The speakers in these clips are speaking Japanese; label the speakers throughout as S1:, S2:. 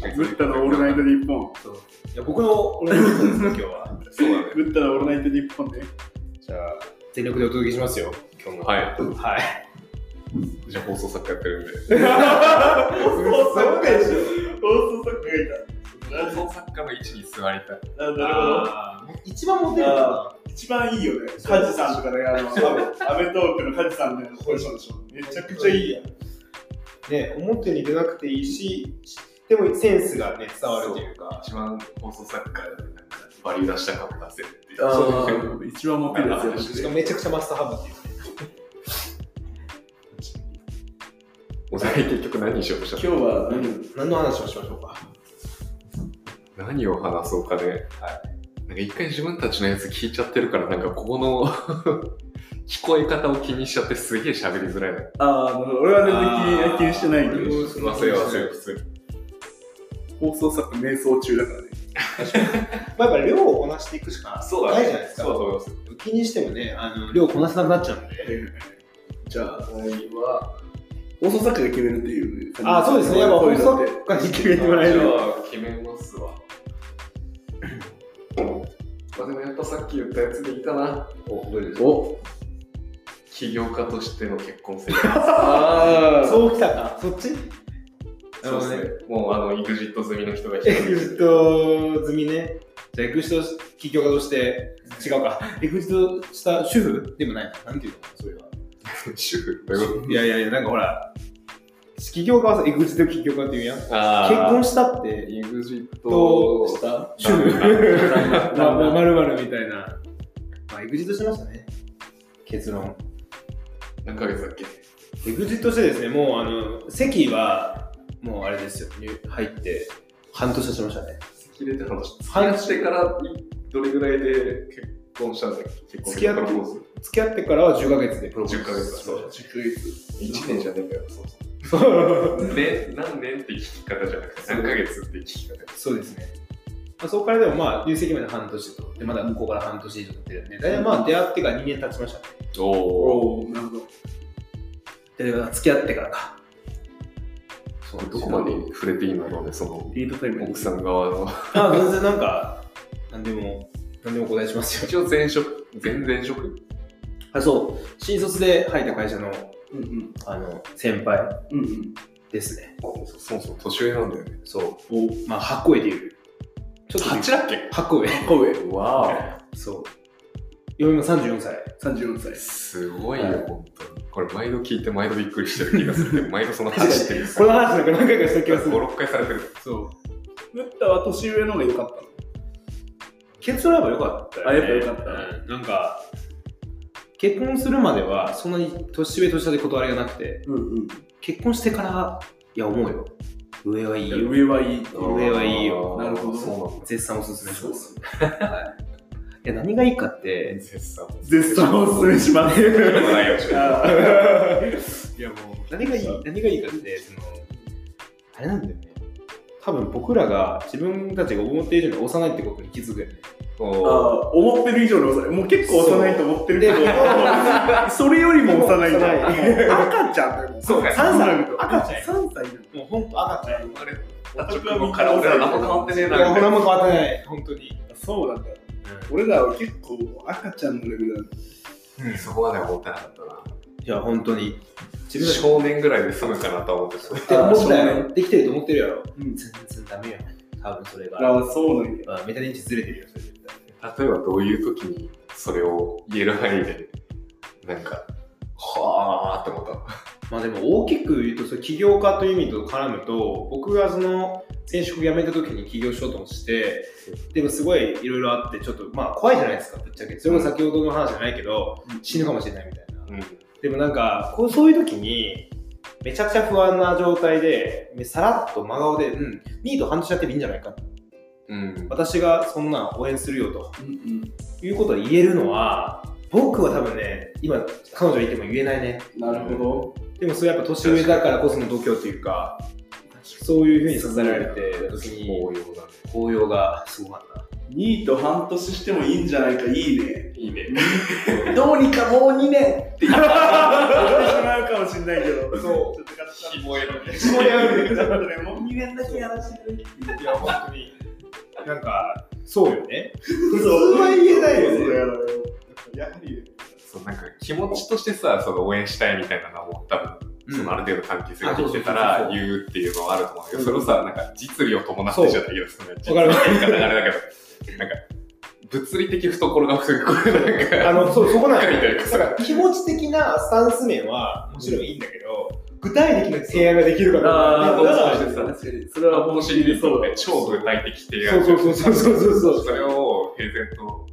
S1: かに
S2: グッタのオールナイト日本。
S1: そういや僕の俺の日本ですね今日はそうなのよ
S2: グッタのオールナイト日本で。
S1: じゃあ全力でお届けしますよ今日も
S3: はい
S1: はいう
S3: ちは放送作家やってるんで。
S2: 放送作家でしょ放送作家がい
S3: 放送作家の位置に座りたい。
S2: た。ななるほど。
S1: あー一番モテる
S2: あ
S1: か
S2: 一番いいよね。カジさんとかね、あの、アメアメトークのカジさんのポジションでしょ。めちゃくちゃいいやん。
S1: なね表に出なくていいしでもセンスがね伝わるというか
S3: 一番放送作家でなんかバリュー出した感も出せるっていう。
S2: そう一番モテるやつや
S1: しかもめちゃくちゃマスターハンドっていうね
S3: お互い結局何にしようとした
S2: 今日は何
S1: 何の話をしましょうか
S3: 何を話そうかね。なんか一回自分たちのやつ聞いちゃってるから、なんかここ の聞こえ方を気にしちゃってすげえ喋りづらいな。
S2: ああ、なるほど俺は全然気に気にしてないけ
S1: う
S2: ど、
S1: ん
S3: 忘れ忘れ、普通に。
S2: 放送作家瞑想中だからね。
S1: まあやっぱ量をこなしていくしか
S3: そうだね
S1: ないじゃないですか
S3: そうだと思います。
S1: 気にしてもねあの量をこなせなくなっちゃうんで
S2: じゃあ、は、放送作家が決めるっていう感じ。
S1: あーそうですねやっぱ放送作家に決めてもらえる
S3: じゃあ決めますわ。まあでもやっぱさっき言ったやつでいいかな。お、どうでしょう
S2: お
S3: 起業家としての結婚生 活。
S2: あー
S1: そうきたかそっち
S3: そうですね。もうあの、エグジット済みの人が一人
S1: エグジット済みね。じゃあ、エグジット起業家として、違うか。エグジットした主婦でもないな。なんていうのそれは。
S3: 主婦というこ
S1: いやいやいや、なんかほら、起業家はさ、エグジット起業家って言うやん。結
S3: と。あ
S1: 婚したって、
S3: エグジッ
S1: ど
S3: ト
S1: う
S2: した
S1: 主婦。
S2: 旦那
S1: まあまるまるみたいな。まあ、エグジットしましたね。結論。
S3: 何ヶ月だっけ
S1: エグジットしてですね、もう、あの、席は、もうあれですよ。入入って、半年経ちましたね。
S3: 切れて話。付き合ってからどれぐらいで結婚したんだっけ結婚
S1: 付き合って
S3: プロポーズ。
S1: 付き合ってからは10ヶ月でプロポーズ。
S3: 10ヶ月だ。
S1: そう
S3: そう。
S2: 熟月。
S3: 1年じゃねえかよ。そうそう。ね、何年って聞き方じゃなくて、何ヶ月って聞き方。
S1: そうですね。まあ、そこからでもまあ、入籍まで半年と、でまだ向こうから半年以上経ってるんで、大体まあ、出会ってから2年経ちましたね。
S3: おお。
S2: おおなるほど。
S1: で、付き合ってからか。そう
S3: どこまで触れていいのかね、その、
S2: リートタイムに
S3: 奥さん側の。
S1: あ、全然なんか、なんでも、なんでもお答えしますよ。
S3: 一応前職、前々職
S1: あ、そう。新卒で入った会社の、
S2: うんうん。
S1: あの、先輩
S2: うんうん。
S1: ですね。
S3: そもそも年上なんだよね。
S1: そ
S2: お
S1: う。まあ、八個上でいう。ちょっと上、
S3: 8だっけ
S1: 八個上。
S2: 神戸、
S3: わ
S1: そう。嫁も34歳。
S2: 34
S3: お。
S2: 歳。
S3: すごい
S1: は
S3: よ
S1: い、
S3: 本当に。これ、毎度聞いて、毎度びっくりしてる気がするけど、毎度その話してる。
S1: この話なんか何回かした気がす
S3: 5、
S1: る。
S3: 6回されてる。
S1: そう。
S2: ムッタは年上の方が良かったの
S1: 結論やっぱ良かったよ、ね。
S2: あやっぱ良かった
S1: うんなんか、結婚するまでは、そんなに年上年下で断りがなくて、
S2: うんうん。
S1: 結婚してから、いや、思うよ。上はいいよ。
S2: 上はいい。
S1: 上はいいよ
S2: なるほど
S3: そうなんだ。
S1: 絶賛おすすめします。はいいや、何がいいかって、
S3: 絶賛。
S2: 絶賛おすすめし ます。
S3: でもないよ
S2: あ
S1: いやもう、何がいい、何がいいかって、その、あれなんだよね。多分僕らが自分たちが思っている以上に幼いってことに気づくよね。
S2: ー
S3: おー
S2: あー思ってる以上に幼い。もう結構幼いと思ってるけど、
S1: そうで
S2: それよりも幼いじゃん。
S1: 幼い
S2: 赤ちゃんだよ。
S3: そうか
S1: 3
S2: 歳
S1: 歳、赤ちゃんよ。
S2: 3歳だよ。
S1: もう本当赤ちゃんよ。
S3: 生まれた直後から俺ら何も変わってねえ
S1: いや、
S3: な。み
S1: 俺
S3: たい
S1: も
S3: な
S1: 変わってない、本当に。
S2: そうなんだよ。俺らは結構赤ちゃんのレベルだね
S3: そこまでは思ってなかったな。
S1: いや、本当に。自分たち
S3: 少年ぐらいで済むかなとは思ってた。
S1: って思った
S2: あーそう
S1: よ。できてると思ってるやろ。
S2: うん。
S1: 全然ダメよ。多分それが。
S2: あ、そうなんや。
S1: まあ、メタ認知ずれてるよ、それ絶対。
S3: 例えばどういう時にそれを言える範囲で、なんか、はあーって思ったの。
S1: まあでも大きく言うと、その起業家という意味と絡むと、僕がその前職辞めた時に起業しようとして、でもすごいいろいろあって、ちょっとまあ怖いじゃないですか、ぶっちゃけ。それも先ほどの話じゃないけど、死ぬかもしれないみたい
S3: う
S1: な。
S3: ん。
S1: でもなんか、こうそういう時に、めちゃくちゃ不安な状態で、さらっと真顔で、うん、ニート半年やってもいいんじゃないか。
S3: うん。
S1: 私がそんなん応援するよと。
S2: うんうん。
S1: いうことを言えるのは僕は多分ね今彼女いても言えないね
S2: なるほ
S1: でもそれやっぱ年上だからこその度胸というかそういうふうにさせられて時に
S3: 応用だね。
S1: 紅葉がすごかった
S2: ど。ニート半年してもいいんじゃないか、いいね。
S3: いいね。
S2: どうにかもう2年って言ってしまうかもしれないけど、
S1: そう
S2: ちょっと
S3: ひもえるね。
S1: 下でやるんだけど
S2: 人間だけやらせてくれっていう。
S1: いや、本当に。なんか、そうよね。
S2: 普
S1: 普通は言えない
S2: や
S1: よね
S2: られよやはり、
S3: そう、なんか気持ちとしてさ、その応援したいみたいなのも多分、そのある程度関係性ができてた
S1: あそう
S3: ら
S1: そうそうそう
S3: 言うっていうのはあると思うけど、
S1: うん
S3: それをさ、なんか実利を伴ってじゃないけど、その実利
S1: わ
S3: っ
S1: か
S3: て言い方があれだけど、なんか、物理的懐が深く、これなんか、
S1: あの、そう、そこなんだ
S3: みたい
S1: よ。
S3: な
S1: だから気持ち的なスタンス面はもちろんいいんだけど、具体的な提案ができるかどうかっていうのが
S3: あーそうそうそう
S1: それ
S3: あのシリーズ
S1: そ
S3: を
S1: う
S3: ね、超具体的っていう
S1: そうそうそうそうそうそう
S3: それを平然と、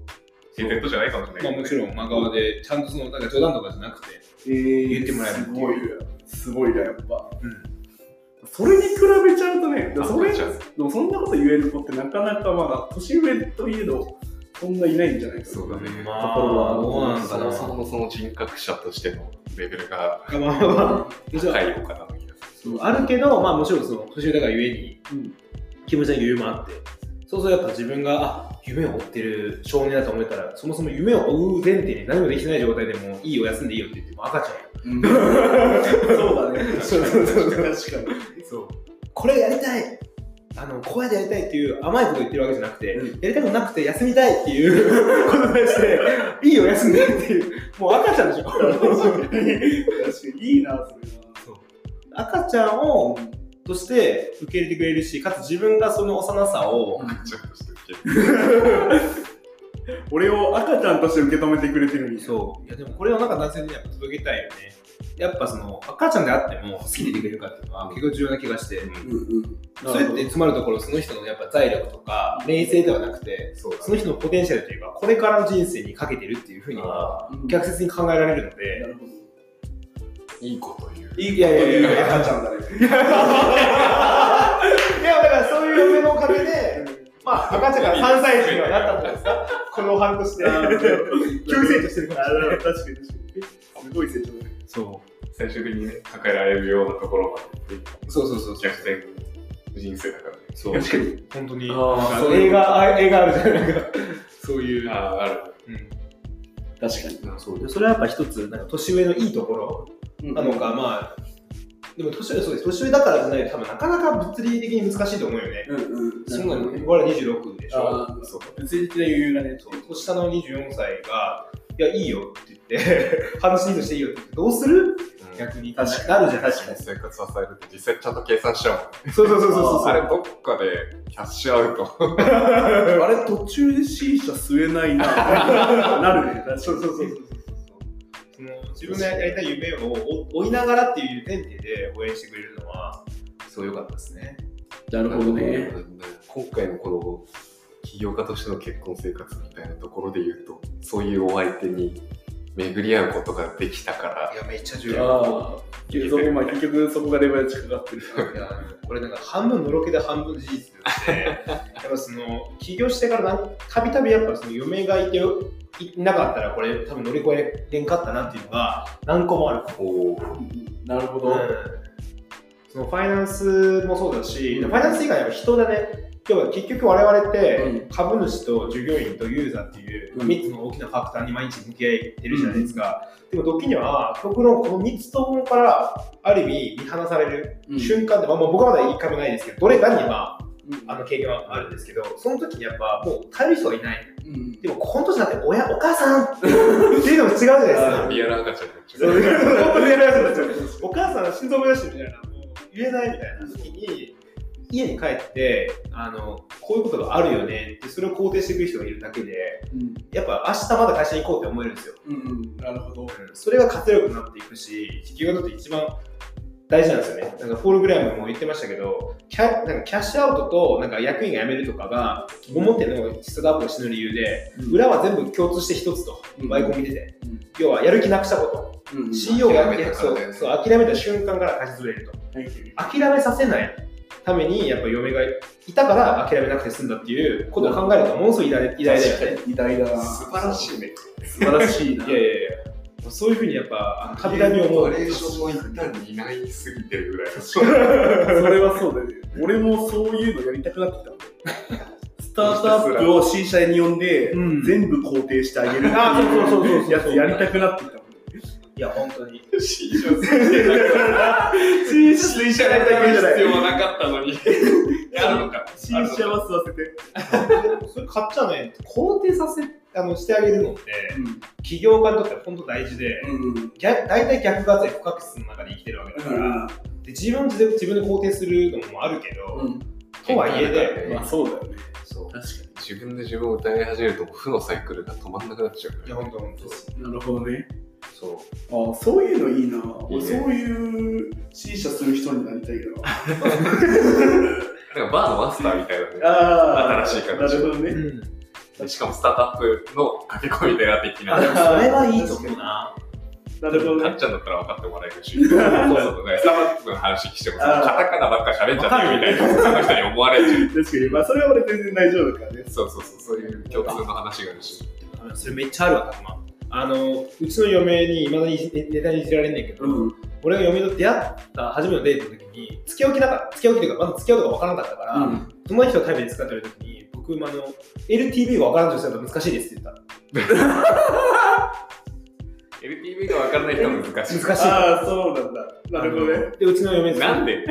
S3: 平然とじゃないかもしれな
S1: まあ
S3: い
S1: も
S3: け
S1: ち
S3: どね、
S1: ろん真顔で、ちゃんとその、なんか冗談とかじゃなくて、
S2: えー
S1: 言ってもらえるって
S2: す
S1: いう
S2: ごいよ。すごいな、やっぱ。
S1: うん
S2: それに比べちゃうとね、でもそれ
S3: あじゃあ
S2: でもそんなこと言える子ってなかなかまだ年上といえど、そんないないんじゃないですか。
S3: そうだね。
S1: まあ
S3: そ
S1: どうなんだろ
S3: も
S1: う
S3: そもその人格者としてのレベルが
S1: まあまあまあ、もちろん
S3: 高いのかなという気がする
S1: あるけど、まあもちろんその年上だからゆえに、
S2: うん
S1: 気持ちの余裕もあって、そうするとやっぱ自分が、あ、夢を追ってる少年だと思えたら、そもそも夢を追う前提に何もできてない状態でも、いいよ、休んでいいよって言っても赤ちゃんよ。
S2: うんそうだね。
S1: そうそうそう
S2: 確かに確かに。
S1: そう。これやりたいあの、こうやってやりたいっていう甘いこと言ってるわけじゃなくて、
S2: う
S1: やりたくなくて休みたいっ ていうことに対して、いいよ、休んでっていう。もう赤ちゃんでしょ
S2: 確かにいいな、それは。
S1: 赤ちゃんを、として受け入れてくれるし、かつ自分がその幼さを、
S3: ちょっとしてる
S2: 俺を赤ちゃんとして受け止めてくれてるんや
S1: そう。いや、でもこれをなんか男性にやっぱ届けたいよね。やっぱその、赤ちゃんであっても好きでいてくれるかっていうのは結構重要な気がして、
S3: けど。
S2: うんうん。
S1: それって詰まるところ、その人のやっぱ財力とか、名声ではなくて、
S3: そう
S1: その人のポテンシャルというか、これからの人生にかけてるっていうふうに、
S3: あ
S1: 逆説に考えられるの
S2: な
S1: で、
S2: るほど。
S3: ーいいこと言う。
S1: いいいやいやいやいや、
S2: 赤ちゃんだね。
S1: いやだからそういう夢のおかげで、まあ、赤ちゃんから3歳児にはなったんじゃないですか、この半年で。急成長してるかもしれない
S2: あ確かに確かに。すごい成長だね。
S1: そ
S3: 最終的にね、抱えられるようなところまで
S1: うそうそうそうそう。
S3: 逆転人生だからね。
S1: そ
S3: 確かに。
S1: 本当に。
S3: あ
S1: な
S3: ー
S1: んか
S3: そういう
S1: 映画、あ映画あるじゃないですか。そういう。
S3: ああ、ある。
S1: うん
S2: 確かに。
S3: そう
S1: でそれはやっぱ一つ、なんか年上のいいところなのか、
S2: うん
S1: まあ、でも年上、そうです。年上だからじゃないと、多分なかなか物理的に難しいと思うよね。
S2: うんうん。
S1: そうなの、
S2: ね。
S1: 僕ら26でしょ。
S2: ああ、
S1: そう
S2: 物理的な余裕がね。
S1: そう下の24歳が、いや、いいよって言って、半年以上していいよって言って、どうする
S3: 逆
S1: 逆になる
S2: 確か
S1: じ
S2: に
S1: ゃないで
S2: 確か
S1: すか
S2: に。
S3: 生活支えるって実際ちゃんと計算しちゃうもん。
S1: そうそうそうそうそう。
S3: あれ、どっかでキャッシュアウト。
S2: あれ、途中で C 社吸えないな。なるね。
S1: そうそうそうそうそうその自分のやりたい夢を追追いながらっていう前提で応援してくれるのはすごい良かったですね。
S2: なるほどね。
S3: 今回のこの起業家としての結婚生活みたいなところで言うとそういうお相手に巡り合うことができたから
S1: いやめっちゃ重要。
S2: ああ。結局、まあ、結局そこがレバレッジかかってるから。
S1: いやこれなんか半分のろけで半分事実で、ね、やっぱその起業してからなんたびたびやっぱその嫁がいていなかったらこれ多分乗り越えれんかったなっていうのが何個もある。
S3: お
S2: なるほ
S1: う
S2: ど。
S1: んそのファイナンスもそうだし、
S2: うん
S1: ファイナンス以外は人だね。要は結局我々って、
S2: うん
S1: 株主と従業員とユーザーっていう
S2: うん
S1: 3つの大きなファクターに毎日向き合ってるじゃないですか。でも時には、極論この3つともからある意味見放される瞬間で、まあまあ僕はまだ一回もないですけど、どれかにはあの経験はあるんですけど、その時にやっぱもう頼る人がいない。
S2: うん
S1: でも本当じゃなくて、親、お母さんっていうのも違うじゃないですか。
S3: リアル赤ちゃんになっち
S1: そ
S3: ゃ
S1: う
S3: う
S1: 本当にやられてたんですよお母さんが心臓も出してみたいな、もう言えないみたいな時に、家に帰って、あの、こういうことがあるよねって、それを肯定してくる人がいるだけで、やっぱ明日まだ会社に行こうって思えるんですよ。
S2: うんうん。なるほど。
S1: うんそれが活力になっていくし、企業にとって一番大事なんですよね。なんか、ポール・グラムも言ってましたけど、キャなんかキャッシュアウトと、なんか役員が辞めるとかが、表の質がアップをしてる理由で、裏は全部共通して一つと、舞い込み出て
S2: うん、
S1: 要はやる気なくしたこと。
S2: うん
S1: CEO が
S3: 諦めたか
S1: そ
S3: ら
S1: う
S3: だよね
S1: そう諦めた瞬間から会社ずれると諦めさせないためにやっぱ嫁がいたから諦めなくて済んだっていうことを考えるとものすごい偉大偉大だよね
S2: ね。偉大だな。
S3: 素晴らしいね
S2: 素晴らしいな。
S1: いやいやいやそういうふうにやっぱあの度々思う
S3: バリエーションも一旦担いすぎてるぐらい
S2: それはそうだよね。俺もそういうのやりたくなってきたもん。スタートアップを C 社に呼んで、
S1: うん
S2: 全部肯定してあげるってい
S1: あそうそうそうそうそう
S2: やつやりたくなってきたもん。
S1: いや本当に
S3: 新商品
S1: シー
S3: 新車でやる必要はなかったのに。やるのか。
S2: 新車は吸わせて。
S1: それ買っちゃね、肯定させ、あの、してあげるのって、
S2: うん。
S1: 起業家にとっては本当大事で、
S2: うん。
S1: 逆大体逆が不確実の中で生きてるわけだから、で自分で自分で肯定するのもあるけど、
S2: うん。
S1: とはい え
S3: 喧嘩だか
S1: で、
S3: らね
S2: まあそうだよね。
S1: そう。
S2: 確か
S3: 自分で自分を疑い始めると、負のサイクルが止まんなくなっちゃうか
S1: いや、
S3: らね。
S1: 本当本当。
S2: に。なるほどね。
S3: そ
S2: ああ、そういうのいいな。俺
S3: いい
S2: そ
S3: ね
S2: ういう新車する人になりたいよ
S3: う。
S2: な。
S3: なんかバーのマスターみたいなね。
S2: あ
S3: 新しい形
S2: なるほどね。
S1: ん。
S3: しかもスタートアップの駆け込み寺的な
S2: あ。でもそれはいいと思う
S1: な。
S2: なるほど
S3: かっ。
S2: ね
S3: ちゃんだったら分かってもらえるし、そうそうね、スターバックの話してもさ、カタカナばっか喋っちゃってるみたいな、その人に思われる
S2: 確かに。まあそれは俺全然大丈夫だからね。
S3: そうそうそう、そういう共通の話があるし。
S1: それめっちゃあるわ、今。あの、うちの嫁にいまだにネネタにいじられんねんけど、
S2: うん。
S1: 俺が嫁と出会った初めのデートの時に、付き合う気なかった、付き合う気というか、まだ付き合うとか分からなかったから、友達とタイプで使ってる時に、僕、あの、LTV が分からんとしたら難しいですって言っ
S3: LTV が分からない人は難しい。
S1: た。難しい。
S2: ああ、そうなんだ。なるほどね。
S1: で、うちの嫁
S3: なんで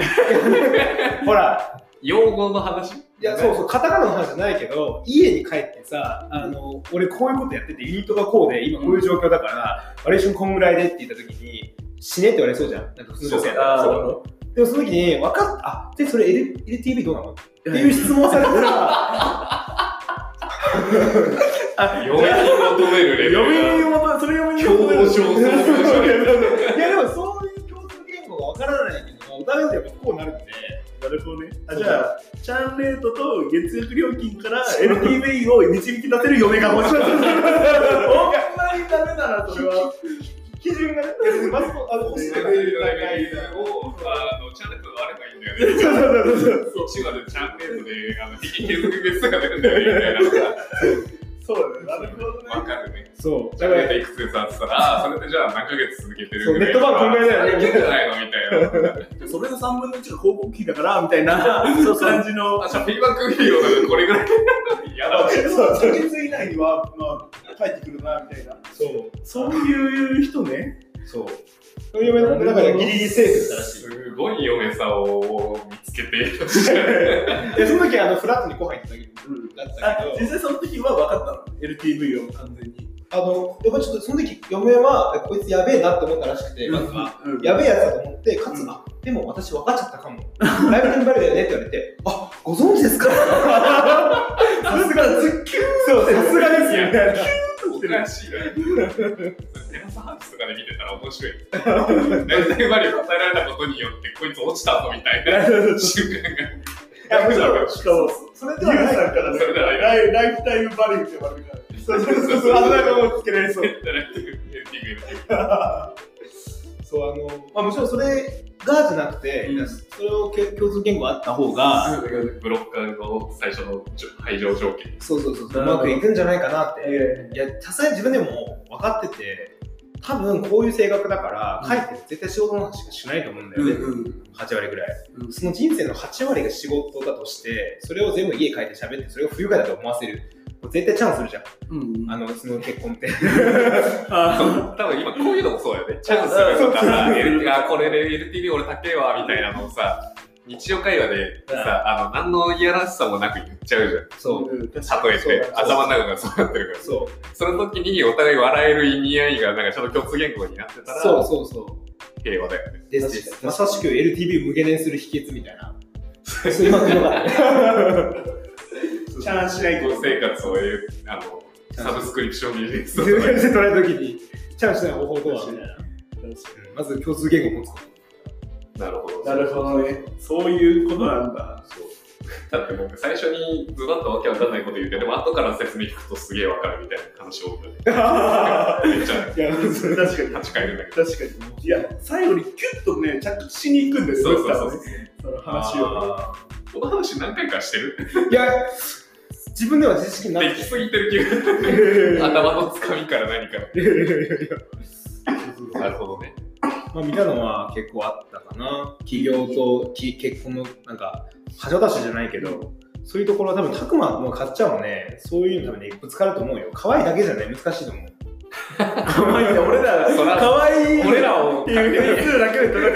S1: ほら、
S3: 用語の話
S1: いや、そうそう、カタカナの話じゃないけど、家に帰ってさ、あの、俺こういうことやってて、ユニットがこうで、今こういう状況だから、バリエーションこんぐらいでって言った時に、死ねって言われそうじゃん。なんか普通の女性だったら
S2: あー
S1: そ
S2: なるほ
S1: うでもその時に、分かった、あ、で、それ L- LTV どうなのっていう質問をされたら、
S3: 嫁に求めるレベ
S2: 嫁
S3: ル
S2: に求め、それ嫁に
S3: 共同
S2: 求
S3: 承
S2: め
S3: 創
S2: る。
S1: いや、でもそういう共通言語が分からないけど、お互いでやっぱこうなるんで、
S2: なるほどね。あじゃあ、チャンレートと月額料金 から LTV を導き出せる嫁が 欲しい。ほんまにダメだな、それは。
S1: 基準がね、まずあの、欲しい
S3: レベルのレベルを、あの、チャンネルとあればいいんだよね。
S2: そうそう そう
S3: 一話でチャンネルで、あの、引き削り別とか出るんだよね、みたいな。
S2: そう。そうだね。なるほどね。
S3: わかるね。
S1: そう、
S3: チ
S1: だ
S3: ャ
S1: か
S3: ンネル
S1: ら
S3: でいくつでさ、つったら、あそれでじゃあ何ヶ月続けてる
S1: そうネットバンクこんぐらいだよ
S3: い
S1: ね
S3: けんじゃないのみたいな。
S2: それの3分の1が広告費だから、みたいな感じの。
S3: あ、じゃあフィーバック費用がこれぐらい。やだね。
S2: 1ヶ月以内には、まあ、帰ってくるな、みたいな。
S1: そう、
S2: そういう人ね。
S1: そう。そういう嫁の中ではギリギリセーフだったらしい。
S3: すごい嫁さんを見つけて、
S1: で、その時あのフラットにご飯行った時
S2: うん。
S1: だった
S2: あ
S1: け
S2: 実
S1: ど、
S2: 際その時は分かったの ?LTV を完全に。
S1: あの、やっぱちょっとその時、嫁は、こいつやべえなって思ったらしくて、まずは。
S2: うん
S1: やべえやつだと思って、かつ、
S2: うん
S1: あ、でも私分かっちゃったかも。ライブテンバルだよねって言われて、 あ、ご存知ですか さすが、ズッキューそう、さすがですよ。みたいな
S3: おかしいな。テラスハウスとかで見てたら面白い。大体バリを与えられたことによって、こいつ落ちたぞみたいな瞬間が。
S2: やべえだろしかも、
S1: それ
S2: ユ
S1: では
S2: ウ
S1: な
S2: さん
S1: い。
S2: からね
S3: それではない
S2: ライライフタイムバリューって言われるから。
S1: そうそうそうそう、あんなのつけられそう。そう、あの、まあ、もちろんそれがじゃなくて、
S2: うん
S1: それをけ共通言語あった方が、
S3: ブロッカーの最初の排除条件。
S1: そうそうそう、
S2: な
S1: う
S2: るほど
S1: まくいくんじゃないかなって。
S2: え
S1: いや、さすがに自分でも分かってて、多分こういう性格だから、
S2: うん
S1: 帰って絶対仕事の話しかしないと思うんだ
S2: う
S1: よ
S2: ん
S1: ね。
S2: うん。
S1: 8割ぐらい。その人生の8割が仕事だとして、それを全部家帰って喋って、それが不愉快だと思わせる。もう絶対チャンスするじゃん。
S2: うん。
S1: あの、その結婚って。
S2: あ
S3: 多分今こういうのもそうよね。チャンスとかさ、LT あ、これで LTV 俺高えわ、みたいなのをさ、日常会話でさ、あの、何のいやらしさもなく言っちゃうじゃん。
S1: そうう。
S2: ん。確か
S3: 例えて
S1: そう、
S3: 頭の中がそうなってるから。
S1: そう。
S3: その時にお互い笑える意味合いが、なんかちょっと共通言語になってたら、
S1: そうそうそ
S3: 平和だよね。
S1: う。です
S2: 確か
S1: です。
S2: に
S1: まさしく LTV 無限にする秘訣みたいな。そう、今のよ かった。
S2: にチャンしない
S3: この生活を得る、あの、サブスクリプションビジネ スとか
S1: 全然取られた時に、チャンスない方法とは、みたいな。
S2: 確
S1: うんまず共通言語を持つこ
S3: なるほど。
S2: なるほどね。そういうことなんだ。
S3: だって僕最初にズバッとわけわかんないこと言うけど、でも後から説明聞くとすげえわかるみたいな話をめ
S1: と。い
S3: っち ゃ
S1: や、
S2: 確かに。
S3: 8回いるんだけど。
S2: 確かに。いや、最後にキュッとね、着地しに行くんです
S3: そう
S2: よ、
S3: そうそう。
S2: その話を。
S3: この話何回かしてる
S1: いや、自分では自意識にな
S3: で
S1: っ
S3: き
S1: て。
S3: すぎてる気が。頭のつかみから何から。なるほどね。
S1: まあ、見たのは結構あったかな。起業とき結婚の、なんか、橋渡しじゃないけど、そういうところは多分、たくまも買っちゃうもね、そういうの多分ね、ぶつかると思うよ。可愛いだけじゃね、難しいと思う。
S2: 可愛いね、俺ら、
S3: そら
S2: 可愛い。
S3: 俺らを
S2: っていう点数だけで戦ってる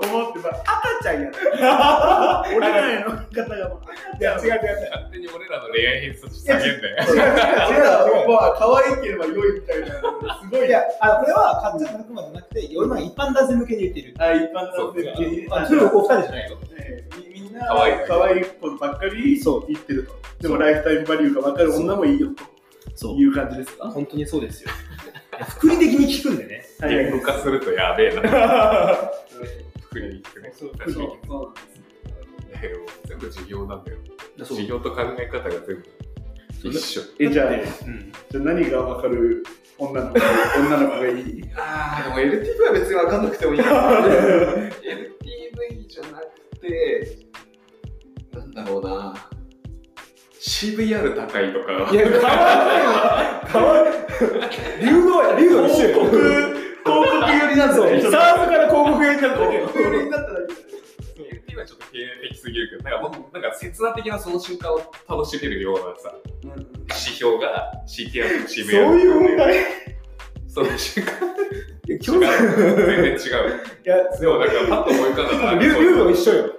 S2: と思ってた。赤俺らへの言い方がもう
S1: いや、違う違う違う。
S3: 勝手に俺らの恋愛偏差値下げんだよ。
S2: 違う違う違うまあ可愛ければ良いみたいなすごい
S1: いや、あのこれは、かっちゃんの悪魔じゃなくて、今、一般男性向けに言ってる。
S2: あ一般男性的に
S1: あ、それお二人じゃないよ。
S2: えーみみんな
S3: 可愛い
S2: 可愛い子ばっかり
S1: そう
S2: 言ってるとでもライフタイムバリューが分かる女もいいよ
S1: そ
S2: という感じですか
S1: 本当にそうですよ。いや 福利的に聞くんでね。
S2: はい
S3: 言語化するとやべえな。福利に聞くね。
S2: そう
S3: 確かに。
S2: そう
S3: でも全部授業なんだよ。
S1: そう
S3: 授業と考え方が全部一緒。
S2: えじゃあ
S1: うん。
S2: じゃあ何が分かる女 の子女の子がいい
S3: ああ、でも LTV は別に分かんなくてもいいかな。LTV じゃなくて、なんだろうな。CVR 高いとか。
S1: いや、変わらないよ。変わらない。竜王や、竜王一緒よ。
S2: 広告広告寄りなん
S1: そう
S2: で、す
S1: サ
S2: よ
S1: ーブから広告やりたく
S2: 広告寄り
S1: て。
S2: になっただけ
S3: 今ちょっと経営的すぎるけど、なんか僕、なんか切断的なその瞬間を楽しめるようなさ、指標が CTR と CVR
S1: そういう問題い
S3: そういう瞬間。
S1: や、今
S3: 違う。
S1: 日、
S3: 全然違う。
S1: いや、
S3: でもなんかパッと思い浮かんだのは
S1: 竜竜
S3: そう
S1: 王
S3: いう
S1: 一緒よ。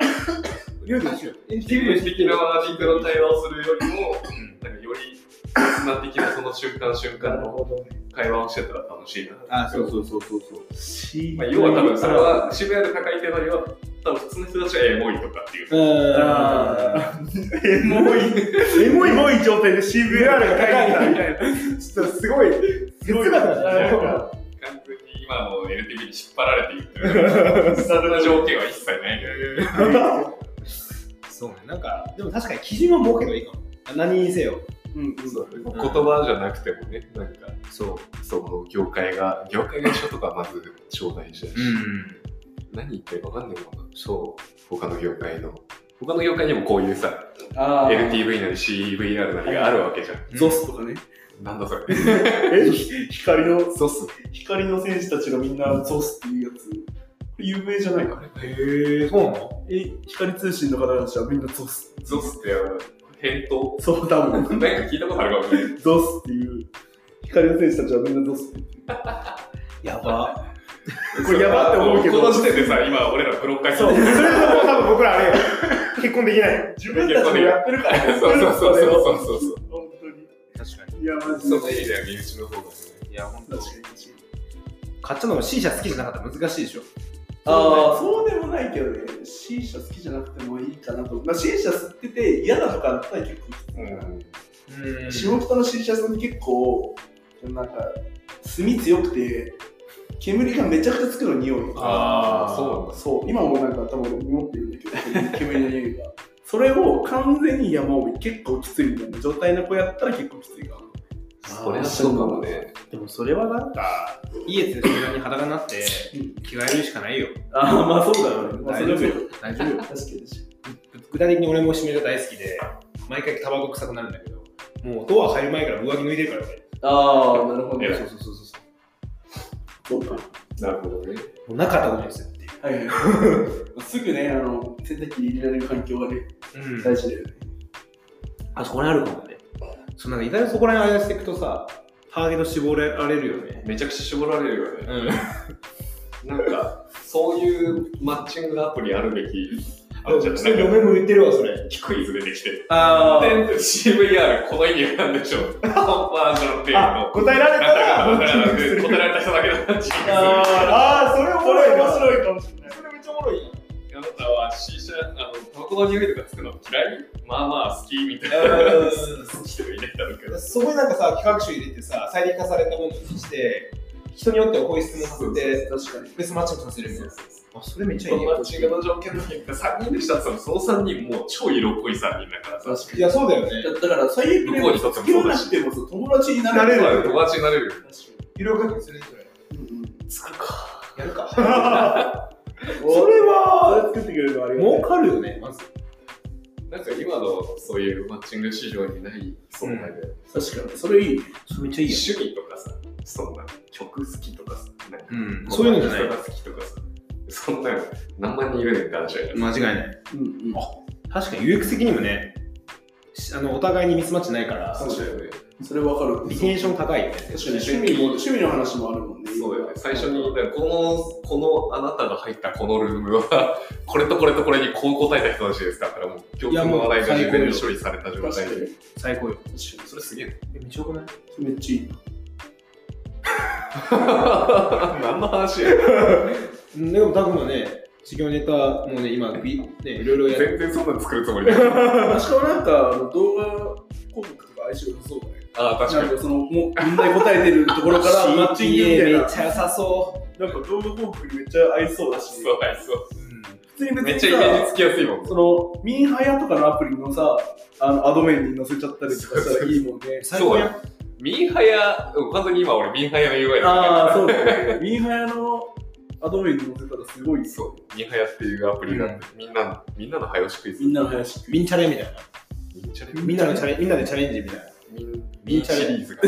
S1: 竜王一緒よ。
S3: 経営的なリンクの対話をするよりも、なんかより切断的なその瞬間瞬間の
S1: どね。
S3: 会話をしてたら楽しいな。
S1: あ、そうそうそうそうそう。
S3: まあ、要は多分それは渋谷で高いけど、要は多分普通の人たちはエモいとかっていう。
S1: あ
S2: エモいエモいエモい状態で CVR が書いてたみたいな
S1: ーちょっとすごい、
S2: す
S1: 哲
S2: ごい
S1: 学 だ
S2: なん
S1: ね。
S2: か
S3: 完全に今の LTV に引っ張られていくというか、サルな条件は一切ないんだよね。
S1: そうね、なんか、でも確かに基準は設ければいいかも。何にせよ。
S2: うん
S3: 言葉じゃなくてもね、なんか、
S1: そう。
S3: その業界が、業界が一緒とかまず頂戴したいし、
S1: ん。
S3: 何言ってるか分かんないもんな。そう。他の業界の。他の業界にもこういうさ、
S2: あ
S3: LTV なり CVR なりがあるわけじゃん。
S2: ゾスとかね
S3: なんだそれ。
S2: え光の
S3: そうっす。
S2: 光の戦士たちがみんなゾスっていうやつこれ有名じゃないかね
S1: へえ、そうなの
S2: え光通信の方たちはみんなゾス
S3: ゾスって、あの返答。
S2: そう多
S3: なん
S2: 分
S3: か聞いたことあるかもね。
S2: ゾスっていう光の戦士たちはみんなゾスって
S1: やば。
S2: これやばって思うけど
S3: この時点でさ、今俺らブロッカーして
S1: そう。そ
S3: る
S1: れは多分僕らあれよ、結婚できない。
S2: 自分たちもやってるから
S3: そうそうそうそうそうそう。
S2: 本当
S1: 確か
S2: にいやマジ
S3: そ
S2: で
S3: の意味では身内の方がね。
S1: に。いや、本
S2: 確かに確かに
S1: 買っちゃうのも C 社好きじゃなかったら難しいでしょ。
S2: ああ、そうでもないけどね、C 社好きじゃなくてもいいかなと。まあ、C 社吸ってて嫌だとかだったら結構きついな、
S1: うん
S2: 下北の C 社さんって結構、なんか、炭強くて、煙がめちゃくちゃつくの匂い。
S3: あーそうなんだ
S2: そう、今もなんか多分俺匂ってるんだけど、煙の匂いが。 それを完全に山を結構きついみたいな状態の子やったら結構きついか
S3: それはそうかもね。
S1: でもそれはなんか、いいやつでそんなに裸になって、着替えるしかないよ。
S2: な。ああ、まあそうだろうね。まあ、
S1: 大
S2: そ
S1: 丈
S2: れ
S1: 夫
S2: も
S1: よ。大丈夫よ。
S2: 確かに。
S1: 具体的に俺も締めが大好きで、毎回タバコ臭くなるんだけど、もうドア入る前から上着脱いでるからね。
S2: ああ、なるほど
S3: 偉い
S2: ね。
S1: そうそうそうそう。
S2: そうか。
S3: なるほどね。
S1: もうなかったことにするっていう。
S2: はいはい、 すぐね、あの洗濯機に入れられる環境はね、
S1: うん
S2: 大事だよね。
S1: あそこにあるかもね。そうなんか意外とそこら辺あれしていくとさ、ターゲット絞られるよね。
S3: めちゃくちゃ絞られるよね。
S1: う
S3: な
S1: ん。
S3: んか、そういうマッチングアプリあるべき、あるじゃないなんか、
S1: 嫁も言ってるわ、それ。
S3: 低いズ出てきて。
S2: あ
S3: 全部 CVR、この意味なんでしょう。コンバージョンっていう
S1: あ
S3: の、。
S1: 答えられたら、
S3: なんだか、なんだか、答えられた人だけのマッチングする。
S1: ああ、それおもろいな。それ
S2: いかもしれな。
S1: めっちゃおもろいな。
S3: あなたは C 社、あの、タバコの匂いとかつくの嫌いまあまあ好きみたいな
S1: うん
S3: 人がいてたんだけど。
S1: そこになんかさ、企画書入れてさ、最適化されたものにして、人によってはこういう質問させて、
S2: 確かに。
S1: ベストマッチアップさせるみたいな。あ、それめっちゃ
S3: そ
S1: い
S3: の
S1: い
S3: マ
S1: よ
S3: ッ。チングの条件の結果、3人でしたって言ったら、その3人もう超色っぽい3人だからさ。
S2: 確か
S1: いや、そうだよね。
S2: に。だだから、最悪
S3: 向こうにとっても
S2: 付き
S3: そう
S2: 合わ
S3: だ
S2: な
S3: し
S2: くてもそう友達にな
S1: な
S2: れ
S1: れ
S2: る
S1: る
S2: わ
S1: わ
S2: よ。
S1: よ
S3: 友達になれるよ。
S2: 確か
S1: 色々書きするそれ。
S2: に。うんうん
S3: つくか。
S1: やるか。
S2: それは
S1: は、
S2: 作ってくれるのありがたい
S1: 儲。かるよね、まず。
S3: なんか今のそういうマッチング市場にない存在で、
S2: 確かに。それいいね。
S1: それめっちゃ
S3: 趣
S1: い
S3: 味とかさ、そんな曲好きとかさ、なんか
S1: うん。そういうのじゃない
S3: 人が好きとかさ、そんなの何万人いるねんって話だから。
S1: 間違いない。
S2: うんうん。
S1: 確かに UX 的にもね、しあの、お互いにミスマッチないから、
S3: そうだよね。
S2: それわかる。
S1: リテンション高いよね。
S2: 確かに趣味も、趣味の話もあるもんね。
S3: そうよね。最初に、だからこの、このあなたが入ったこのルームは、 これとこれとこれにこう答えた人たちですだから、もう共通の話題が自分で処理された状
S2: 確か
S3: 態
S2: に。
S3: で。
S2: 確か
S1: 最高よ。
S2: に。
S3: それすげえな。
S1: え、めっちゃよくない
S2: それめっちゃいいな。
S3: 何の話や
S1: うんでも、たくもね、授業ネタもね、今、びね、いろいろや
S3: 全
S1: る。
S3: 然そんなの作るつもりない。
S2: しかもなんか、あの動画広告とか相性良さそうだね。
S3: ああ、確か
S2: な
S3: に
S2: ん。かその、もう問題答えてるところ から
S1: CTA
S2: マッチングみたいな。
S1: めっちゃ良さそ
S2: なんか動画広告にめっちゃ合いそうだし。
S3: そう、はい、そう。
S1: う。うん
S2: 普通に別
S3: めっ
S2: に
S3: ち
S2: さ
S3: ゃイメージつきやすいもん。
S2: その、ミンハヤとかのアプリのさ、あの、アドメインに載せちゃったりとかしたらいいもん ね。
S1: 最高やん。
S3: ミーハヤ、完全に今俺ミーハヤの UI だ
S2: ああ、
S3: か
S2: そうだね。ミンハヤのアドメインに載せたらすごい
S3: ら。そう。ミーハヤっていうアプリがあって、みんな、みんなの早押しクイズ。
S2: みんなの話聞く。
S1: みんチャレみたいな。
S3: みんなチャレンジ。
S1: みんなのチャレみんなでチャレンジみたいな。
S3: みんみんシリーズが。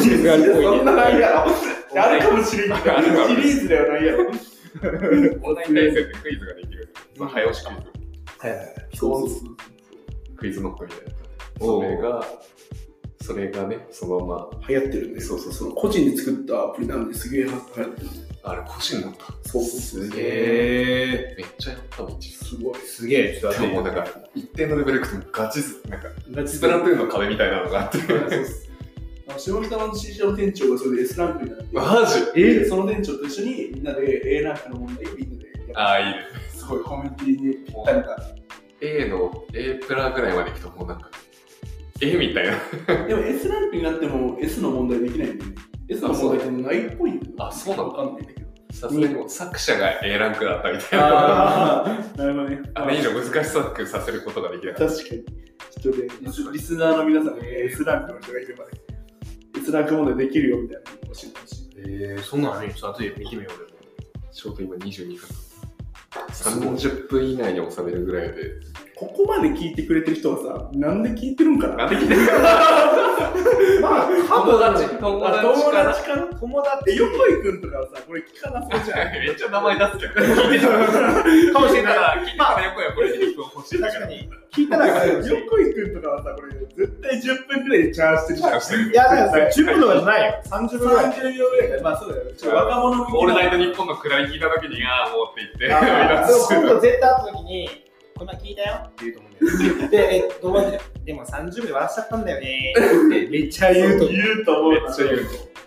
S1: シリーズがあるっぽいね
S2: そんなないやろ。あるかもしれんけど、
S3: あるかも
S2: シリーズではないやろ。
S3: オンライン対戦でクイズができる。その早押しクイズ。
S1: はいはいはい。
S2: そうそうそう。
S3: クイズノックみたいなやつ。
S1: お
S3: そうれが、それがね、そのま
S2: 流行ってるね。
S3: そうそうそう
S2: 個人で作ったアプリなんですげえ流行ってる。
S3: ま、あれ、腰になった。
S2: そう
S3: すげ
S1: へ
S3: めっちゃやったもん、実
S2: すごい。
S1: ー。すげえ、ちょっと
S3: 際。でももう
S1: 待
S3: な
S1: っ
S3: ん
S1: て
S3: か、一定のレベルいくともうガチず、なんか、スプラトゥーンの壁みたいなのがあって。
S2: あの下北の C 社の店長がそれで S ランクになって、
S3: マジ
S2: えその店長と一緒にみんなで A ランクの問題をみんなでやる
S3: ああ、いいね。
S2: すごいコミュニティにぴったりだ。
S3: A の A プラぐらいまで行くともうなんか A みたいな
S2: でも S ランクになっても S の問題できないんで、ね、S の問題ってないっぽいんだよ
S3: あそうなの
S2: わかんないんだけど。
S3: さすがにもう作者が A ランクだったみたいな
S2: ああ、なるほどね。
S3: あれ以上難しくさせることができなかっ
S2: 確かに。ちょっとね、リスリスナーの皆さんに S ランクの人がいればね、S ランク問題できるよみたいなのを教えてほしい。
S1: えー、そんなのあるよ。ちょっと後で見てみよう俺も。
S3: たちょうど今22分30分以内に収めるぐらいで
S2: ここまで聞いてくれてる人はさ、なんで聞いてるんかな
S3: なんで聞いてるか
S2: まあ、
S3: 友達友
S2: あ
S3: 達
S2: 友
S3: から
S2: 達かな友達横井くんとかはさ、これ聞かなそうじゃ ん。
S3: めっちゃ名前出すけど聞いてるかもしれない聞いてたらよくやこれ20分欲しいんだから
S1: に。
S2: 聞いたらさ、横井くんとかはさ、これ絶対10分くらいでチャーしてるじゃん。
S1: いや、だから10分とかじゃないよ。30分ぐらい。
S2: 30秒ぐらいで、まあそうだよね。ちょっと若者向き
S3: オールナイ
S2: ト
S3: トニッポンの位聞いた時にああもうって言って
S1: あーでも今度絶対会った時に、こんなん聞いたよって言うと思うんだよ。で、え友達で、でも30秒で笑っちゃったんだよねってめっちゃ言うと思う。
S2: 言うと思う。
S3: めっちゃ言う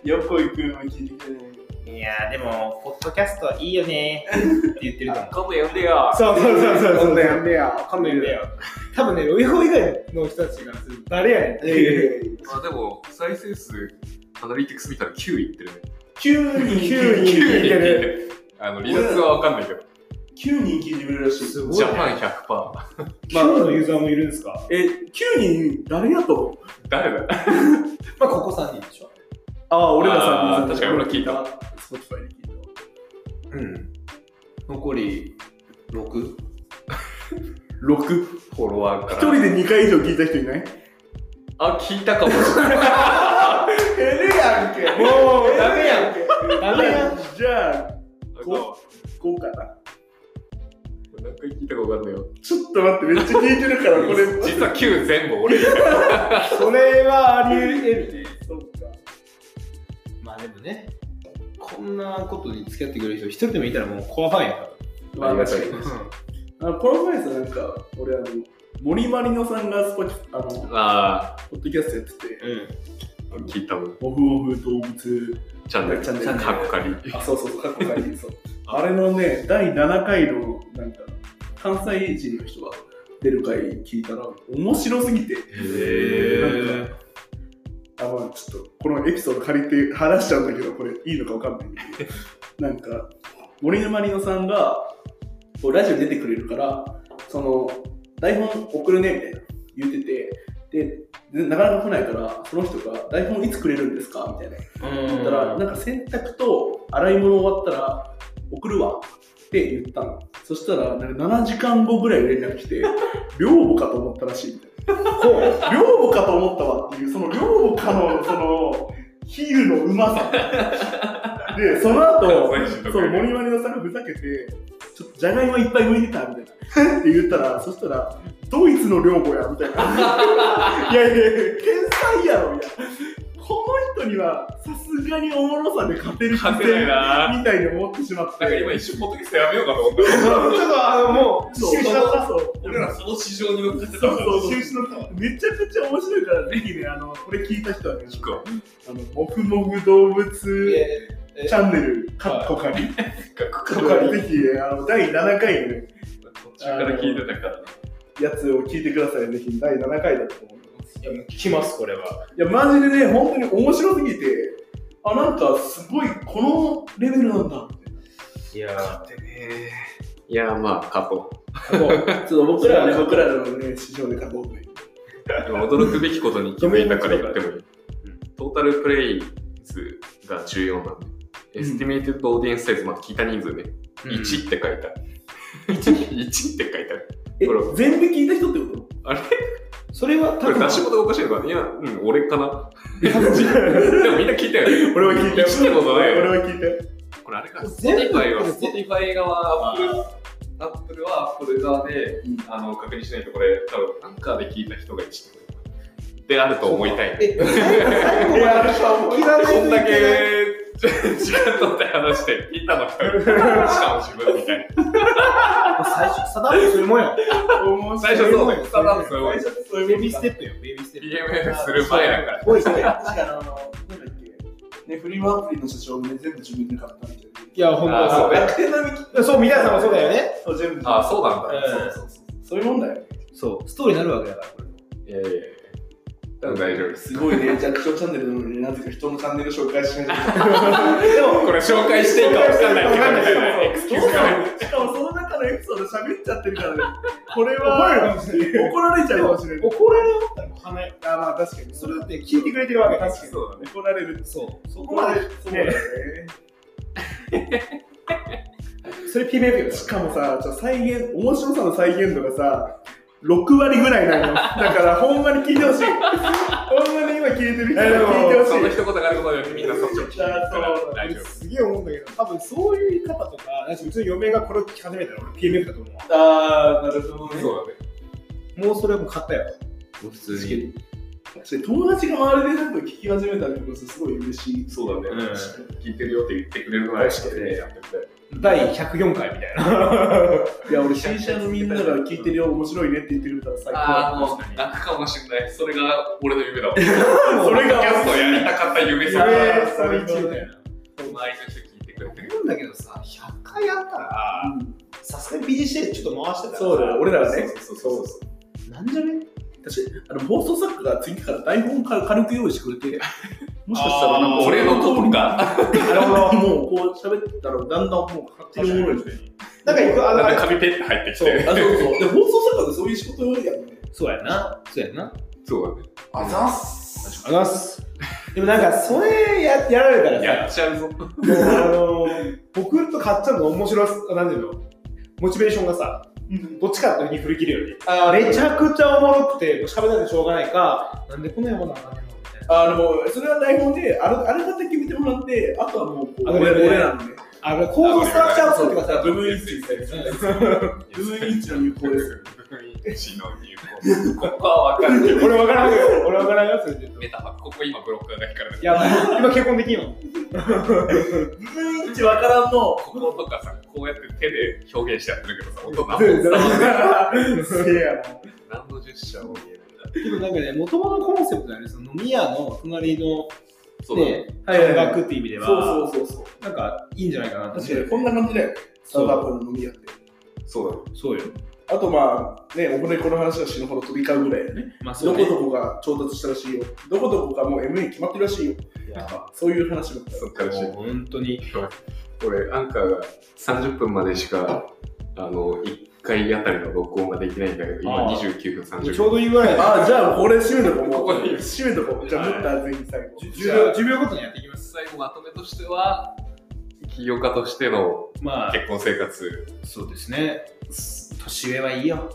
S2: 横井くんは聞いてくれない。
S1: いやー、でも、ポッドキャストはいいよねって言ってると思う。
S3: 今度呼んでよ
S1: そうそうそうそうそう。
S2: やめや。
S1: カメラだよ。多分ね、ロイホ以外の人たちが誰やねんっていう。
S2: ええ。
S3: あでも再生数アナリティクス見たら9いってるね
S2: 9人、
S1: 9
S2: 9
S1: 人
S2: 人、
S1: 9人
S3: るあの離脱はわかんないけど
S2: 9人聞いてくれるらしい。
S1: すごい
S3: ジャパン100%
S1: まあ、今日のユーザーもいるんですか
S2: え、9人、誰やと思う
S3: 誰だ
S1: まあ、ここ3人でしょ。
S2: ああ、俺ら
S3: あー、
S2: さん
S3: 確かに俺聞いた。
S2: Spotify で聞いた。
S1: うん。残り 6?
S2: 6。
S3: フォロワー
S2: 一
S3: から
S2: 人で2回以上聞いた人いない
S3: あ聞いたかもしれない
S2: えるやんけ。
S1: もうダメやん
S2: け。
S1: ダメやん。
S2: じゃあ、
S3: こ
S2: こうかな。
S3: う何回聞いたかわかんないよ
S2: ちょっと待って、めっちゃ聞いてるから、これ。
S3: 実は9全部俺
S1: それはあり得るね。
S2: そうか。
S1: まあでもね、こんなことに付き合ってくれる人一人でもいたらもうコアファンやか
S2: まあ、確かに。
S1: ら。
S2: あのこの前さ、なんか、俺、あの、森まりのさんがスポキ、あの、ポッ
S3: あ
S2: ドキャストやってて、
S1: うん。
S3: 聞いたもん
S2: オフオフ動物、
S3: チャンネル
S2: チャンネ
S1: ル
S3: カッコカリ
S2: あ、そうそうそう、過去会議、そう。あれのね、第7回の、なんか、関西人の人が出る回聞いたら、面白すぎて、
S3: へ
S2: なんかあの、ちょっと、このエピソード借りて話しちゃうんだけど、これいいのかわかんないんだけど、なんか、森のまりのさんが、こうラジオに出てくれるから、その、台本送るね、みたいな、言ってて、で、でなかなか来ないから、その人が、台本いつくれるんですかみたいな。
S1: うん。
S2: だから、なんか洗濯と洗い物終わったら送るわって言ったの。そしたら、なんか7時間後ぐらい連絡来て、寮母かと思ったらしいみたいな。寮母かと思ったわっていう、その寮母かの、その、ヒールのうまさ。で、その後、そう、森まりのさんがふざけて、ちょっとじゃがいもいっぱい剥いてたみたいな。って言ったら、そしたら、ドイツの寮母や、みたい な。いやいや、天才やろ、みたいな。この人には、さすがにおもろさで勝てる
S3: 勝 てないな
S2: みたいに思ってしまって。
S3: なんか今一瞬ポッドキャストやめようかと思った
S1: ちょっとあのもう、
S2: そう
S1: 終始だった。
S2: そう
S3: 俺らその市場に乗ってた
S2: そ
S3: か
S2: う
S3: ら
S2: そう収支の顔めちゃくちゃ面白いから、ぜひね、あの、これ聞いた人はね、
S3: 聞くわ
S2: あの、もふもふ動物チャンネル、カッコカリ。
S3: か
S2: とか、ぜひね、あの、第7回のね
S3: 途中から聞いてたから
S2: やつを聞いてください。ぜひ、第7回だと思う。
S1: いや、もう聞きます、これは。
S2: いや、マジでね、本当に面白すぎて、あ、なんか、すごい、このレベルなんだ。
S1: いや
S3: いやまあ過去
S2: ちょっと僕らはね、
S1: そう
S2: 僕らのね、市場で書こうと。
S3: 今驚くべきことに気づいたから言ってもいい、トータルプレイ数が14なんで、エスティメイテッドオーディエンスサイズ、まあ、聞いた人数ね、
S1: 一
S3: 1って書いた 1? って書いた
S2: え
S3: ほら、
S2: 全部聞いた人ってこと
S3: あれ
S1: それは
S3: こ
S1: 多
S3: れ
S1: 分
S3: 出し物がおかしいのかないや、うん、俺かなでもみんな聞いたよね
S2: 俺は聞いたよ。
S3: 一ってことない
S2: 俺は聞いたよ。
S3: これあれか
S1: 全部
S3: Spotify は Spotify 側 Apple- Apple は Apple 側であの確認しないとこれ多分アンカーで聞いた人が1ってことであると思いたい
S1: え、最後
S2: いや
S1: ま
S2: あ
S1: で
S2: れさもう
S1: 聞かないとい
S3: こんだ
S1: けない
S3: け時間取って話して、ピッタの人、しかも自分みたいな。
S1: 最初、サダップするもんよ。
S2: 面白
S3: 最
S2: い
S3: 初そう、スタートアップす
S2: 最
S3: る前
S2: 初そういう
S1: ベ
S2: も
S1: ビ
S2: ん
S1: ー
S2: か
S1: ステップよ、ベビーステッ
S3: DMF する前だから。
S1: プ。おい、それ。い
S2: 確かにあの、なんだっけ、ね、フリマアプリの社長ね、全部自分で買ったみたいな。
S1: や、ほん
S3: あー
S1: と
S2: 楽天並み
S1: そう。そう、皆さんもそうだよね。
S2: そう、全部自分で
S3: ああ、そうなんだ。
S1: ええ
S3: そうそう
S2: そういうもんだよ。
S1: そう、ストーリーになるわけだから、これ。
S3: そう。いやいやいや。多分大丈夫です。
S2: すごいね、弱小チャンネルなのになぜか人のチャンネル紹介しないと
S1: でも、
S3: これ紹介していいか分かんないけど、みたいな。エクスキューズが入る
S2: しかもその中のエピソード喋っちゃってるからね、これ
S1: 怒られるか
S2: は
S1: もしれない
S2: 怒られちゃうかもしれない。
S1: 怒られよったら鼻へ
S2: あまあ確かに。
S1: それだって聞いてくれてるわけだし
S3: そうだね。
S2: 怒られる。
S1: そう、そ
S2: そ
S1: こまで。
S2: そうだよね。
S1: それ PMF よ。
S2: しかもさ、ちょ再現、面白さの再現度がさ、6割ぐらいなのよ。だからほんまに聞いてほしい。 ほんまに今聞いてる人
S1: いやでも
S2: 聞いてほしい。
S3: その一言があることによってみんなそっちを聞いてるから大丈夫。
S1: すげえ思うんだけど、多分そういう言い方とか、私うちの嫁がこれを聞き始めたら俺 PMF だと思う
S2: あー、なるほどね。
S3: そうだね。
S1: わ。もうそれも買ったよ。
S3: もう普
S2: 確か。に。確かに友達が周りでなんか聞き始めたらこそすごい嬉しい。
S3: そうだね
S1: うん。
S3: 聞いてるよって言ってくれるぐらいしてね、やってて。
S1: 第104回みたいな。
S2: いや、俺、新車のみんなが聞いてるよ、面白いねって言ってくれたら最高
S3: ああ、
S2: だ
S3: もう泣くかもしれない。それが俺の夢だわ。
S2: それが
S3: キャストやりたかった夢さ。
S2: それ
S3: 周
S1: それ一みた
S3: りの人聞
S1: いな。
S3: いてくれてる。
S1: 思うんだけどさ、100回やったら、
S2: うん
S1: さすがに BGC ちょっと回してたらさ
S2: そうだよ、俺らはね、
S3: そうそうそうそう。
S1: なんじゃね
S2: 私、あの放送作家が次から台本から軽く用意してくれて、もしかしたら、なん
S1: あ
S2: か
S1: ー
S3: 俺のトーン
S2: が、
S3: が、
S1: なるほど。
S2: もうこう喋ってたら、だんだんもう勝手におもろいんですね。
S1: なんかよく、あ
S3: なん
S1: の、
S3: か紙ペッて入ってき
S2: そう、あ、
S3: て。
S2: そうそう。で、放送作家ってそういう仕事やんね。
S1: そうやな。そうやな。
S3: そうだね。
S2: あざっす。
S1: あざっす。でもなんか、それややられたらさ、
S3: やっちゃうぞ。
S1: もうあのー、僕とかっちゃんの面白さ、なんていうのモチベーションがさ、
S2: うん
S1: どっちかっていうふうに振り切るよね。
S2: あ
S1: めち
S2: ゃ
S1: ゃくちゃおもろくて、もう喋らないとしょうがないか、なんでこの山なんかねんのみたいな。
S2: あの、それは台本で、あれ、あれだけ決めてもらって、あとはもうこう、
S1: あ
S2: 俺
S1: 俺
S2: 俺らのね、
S1: あの、構造ストラクチャーを作ってください。
S2: 部分一致ですね。
S3: ブ
S2: ブーインチの有効です。
S3: ブーインチの有効。 ここはわかるけど。
S1: 俺わからんよ。俺わからんよ、それで。
S3: メタファここ今ブロックがないからね。
S1: やばい。今結婚できんの
S2: 部分一わからんの、
S3: こことかさ、こうやって手で表現してやってるけどさ、音何も
S1: 全然
S2: すげえやな。
S3: 何のジェスチャーも見えない。
S1: でもなんかね、もともとコンセプトだよね、その飲み屋の隣の
S3: そうだね。
S1: ね、半額っていう意味では、
S2: そうそうそうそう。
S1: なんかいいんじゃないかなと思っ
S2: 確
S1: て
S2: かにこんな感じだよ。スタートアップの飲み屋って。
S3: そうだね。
S1: そうよ。
S2: あとまあ、ね、お金この話は死ぬほど飛び交うぐらいだね。
S1: まあそ
S2: ど
S1: う
S2: こ
S1: ね
S2: どこが調達したらしいよ。どこどこがもう MA 決まってるらしいよ。
S1: いや
S2: そういう話も。
S3: そっからし
S1: もう本当に。
S3: 俺、アンカーが30分までしか、あの、1回あたりの録音ができないんだけど、今
S1: あー
S3: 29分30
S1: ちょう
S3: 分。
S1: どいいぐらいだ
S2: ああ、じゃあこれ締めとこう。もう
S3: ここでいいよ
S2: 締めとこう。じゃあもっと安全に最後。
S1: 10秒 ,10 秒ごとにやっていきます。
S3: 最後まとめとしては、起業家としての
S1: まあ、
S3: 結婚生活、
S1: そうですね。年上はいいよ。